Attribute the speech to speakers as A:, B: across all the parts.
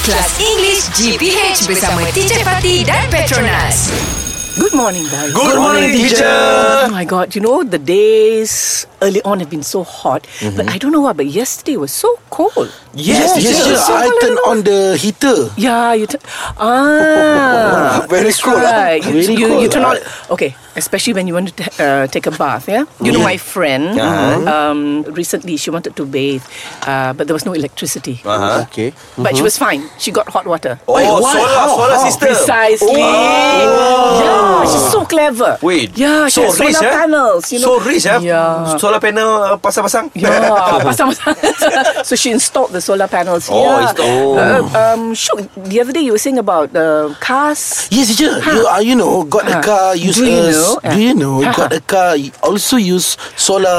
A: Kelas English GPH bersama Teacher Fatih dan Petronas.
B: Good morning, guys.
C: Good morning, teacher.
B: Oh my God! You know the days early on have been so hot, but
C: Mm-hmm.
B: I don't know why. But yesterday was so cold.
C: Yes,
B: Yes,
C: yes,
B: teacher.
C: teacher.
B: So
C: I
B: what
C: turn
B: are
C: on the heater.
B: Yeah, you. T- ah,
C: Very
B: that's
C: cold, ah.
B: Right. You,
C: Very
B: you, you
C: cold,
B: turn on.
C: ah.
B: Okay, especially when you want to t- uh, take a bath. Yeah, you know
C: Yeah.
B: my friend.
C: Uh-huh.
B: Um, recently she wanted to bathe, uh, but there was no electricity.
C: Uh-huh.
D: Okay.
B: But she was fine. She got hot water.
C: Oh,
D: Wait, what?
C: solar,
D: How?
C: solar
D: How?
B: Oh,
C: system. Oh.
B: Precisely.
D: Oh.
B: Yeah, she's so clever.
C: Wait,
B: Yeah, she
C: so
B: has
C: rich,
B: solar
C: eh?
B: panels. You know.
C: So rich, eh?
B: Yeah.
C: Solar panel uh, pasang-pasang.
B: Yeah, pasang-pasang. so she installed the solar panels.
C: Oh,
B: yeah.
C: installed.
B: Uh,
D: oh.
B: um, Syuk, the other day you were saying about uh, cars.
D: Yes, teacher. You, uh, you know, got
B: Huh.
D: a car. Use
B: Ha. Do you
D: a s-
B: know? Ha,
D: Do you know?
B: Huh.
D: Got a car. y- Also use solar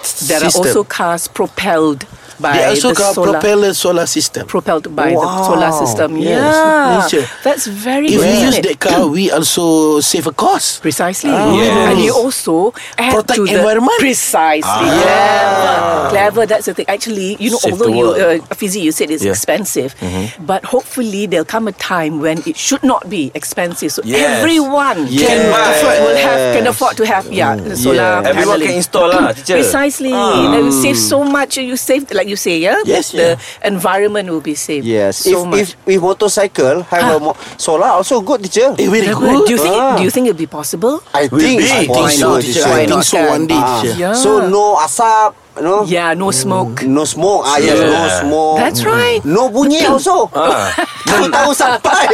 D: s-
B: There
D: system.
B: are also cars propelled by
D: They also
B: the
D: got
B: solar.
D: propeller solar system.
B: propelled by the
D: Wow.
B: solar system.
D: Yes,
B: Yeah,
D: nature.
B: that's very
D: if
B: good.
D: we
B: isn't
D: use
B: it?
D: that car, we also save a cost.
B: Precisely.
C: Yes.
B: And you also add
D: Protect
B: to the
D: environment.
B: Precisely. Yeah. Clever. That's the thing. Actually, you know,
C: Save
B: although
C: the
B: you, uh,
C: world.
B: Fizi, you said it's
C: Yeah.
B: expensive, but hopefully there'll come a time when it should not be expensive. So
C: Yes.
B: everyone can
C: Yes. Can
B: afford,
C: afford.
B: will have can afford to have yeah the solar.
C: Everyone
B: paneling.
C: can install lah, teacher.
B: Precisely. That will save so much. You save, like you say, yeah.
D: Yes,
B: The environment will be saved.
E: Yes.
B: So
E: if,
B: much. Ah.
E: if if motorcycle have a mo- solar also good teacher.
D: Eh, very
B: do you
D: good.
B: think?
E: Ah.
B: Do you think it'll be possible?
E: I
C: Will
E: think
C: be.
E: I
D: I
E: think
D: think
B: Why
D: so,
B: not,
D: teacher.
B: why
D: I think
B: not
D: so
B: can?
D: one day, teacher.
B: Yeah.
E: So no asap, you know.
B: Yeah. No smoke.
E: No smoke. Ah, yes, no
C: Yeah.
E: smoke. Mm-hmm.
B: That's right.
E: No bunyi also.
C: Ah.
E: Aku tahu sampai.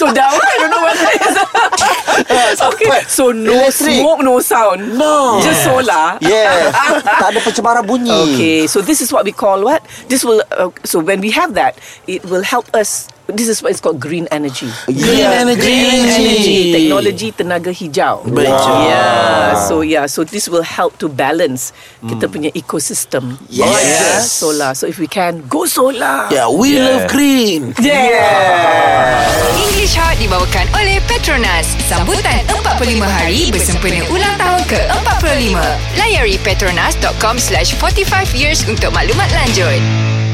B: So that one, I don't know what that is. okay. So no
E: Electric.
B: smoke, no sound.
E: No.
B: Just solar.
E: yes. tak ada pencemaran bunyi.
B: Okay. So this is what we call what? This will. Uh, so when we have that, it will help us. This is what it's called green energy.
D: Green
E: Yeah.
D: energy.
B: Green energy, teknologi tenaga hijau.
D: Baik. Wow.
B: Yeah. So yeah. So this will help to balance kita punya ecosystem.
E: Yes.
B: Yeah, Solar. So if we can go solar.
D: Yeah, we
C: Yeah.
D: love green.
B: yeah.
A: English Hot dibawakan oleh Petronas. Sambutan 45 hari bersempena ulang tahun ke-45. Layari petronas.com slash 45 years untuk maklumat lanjut.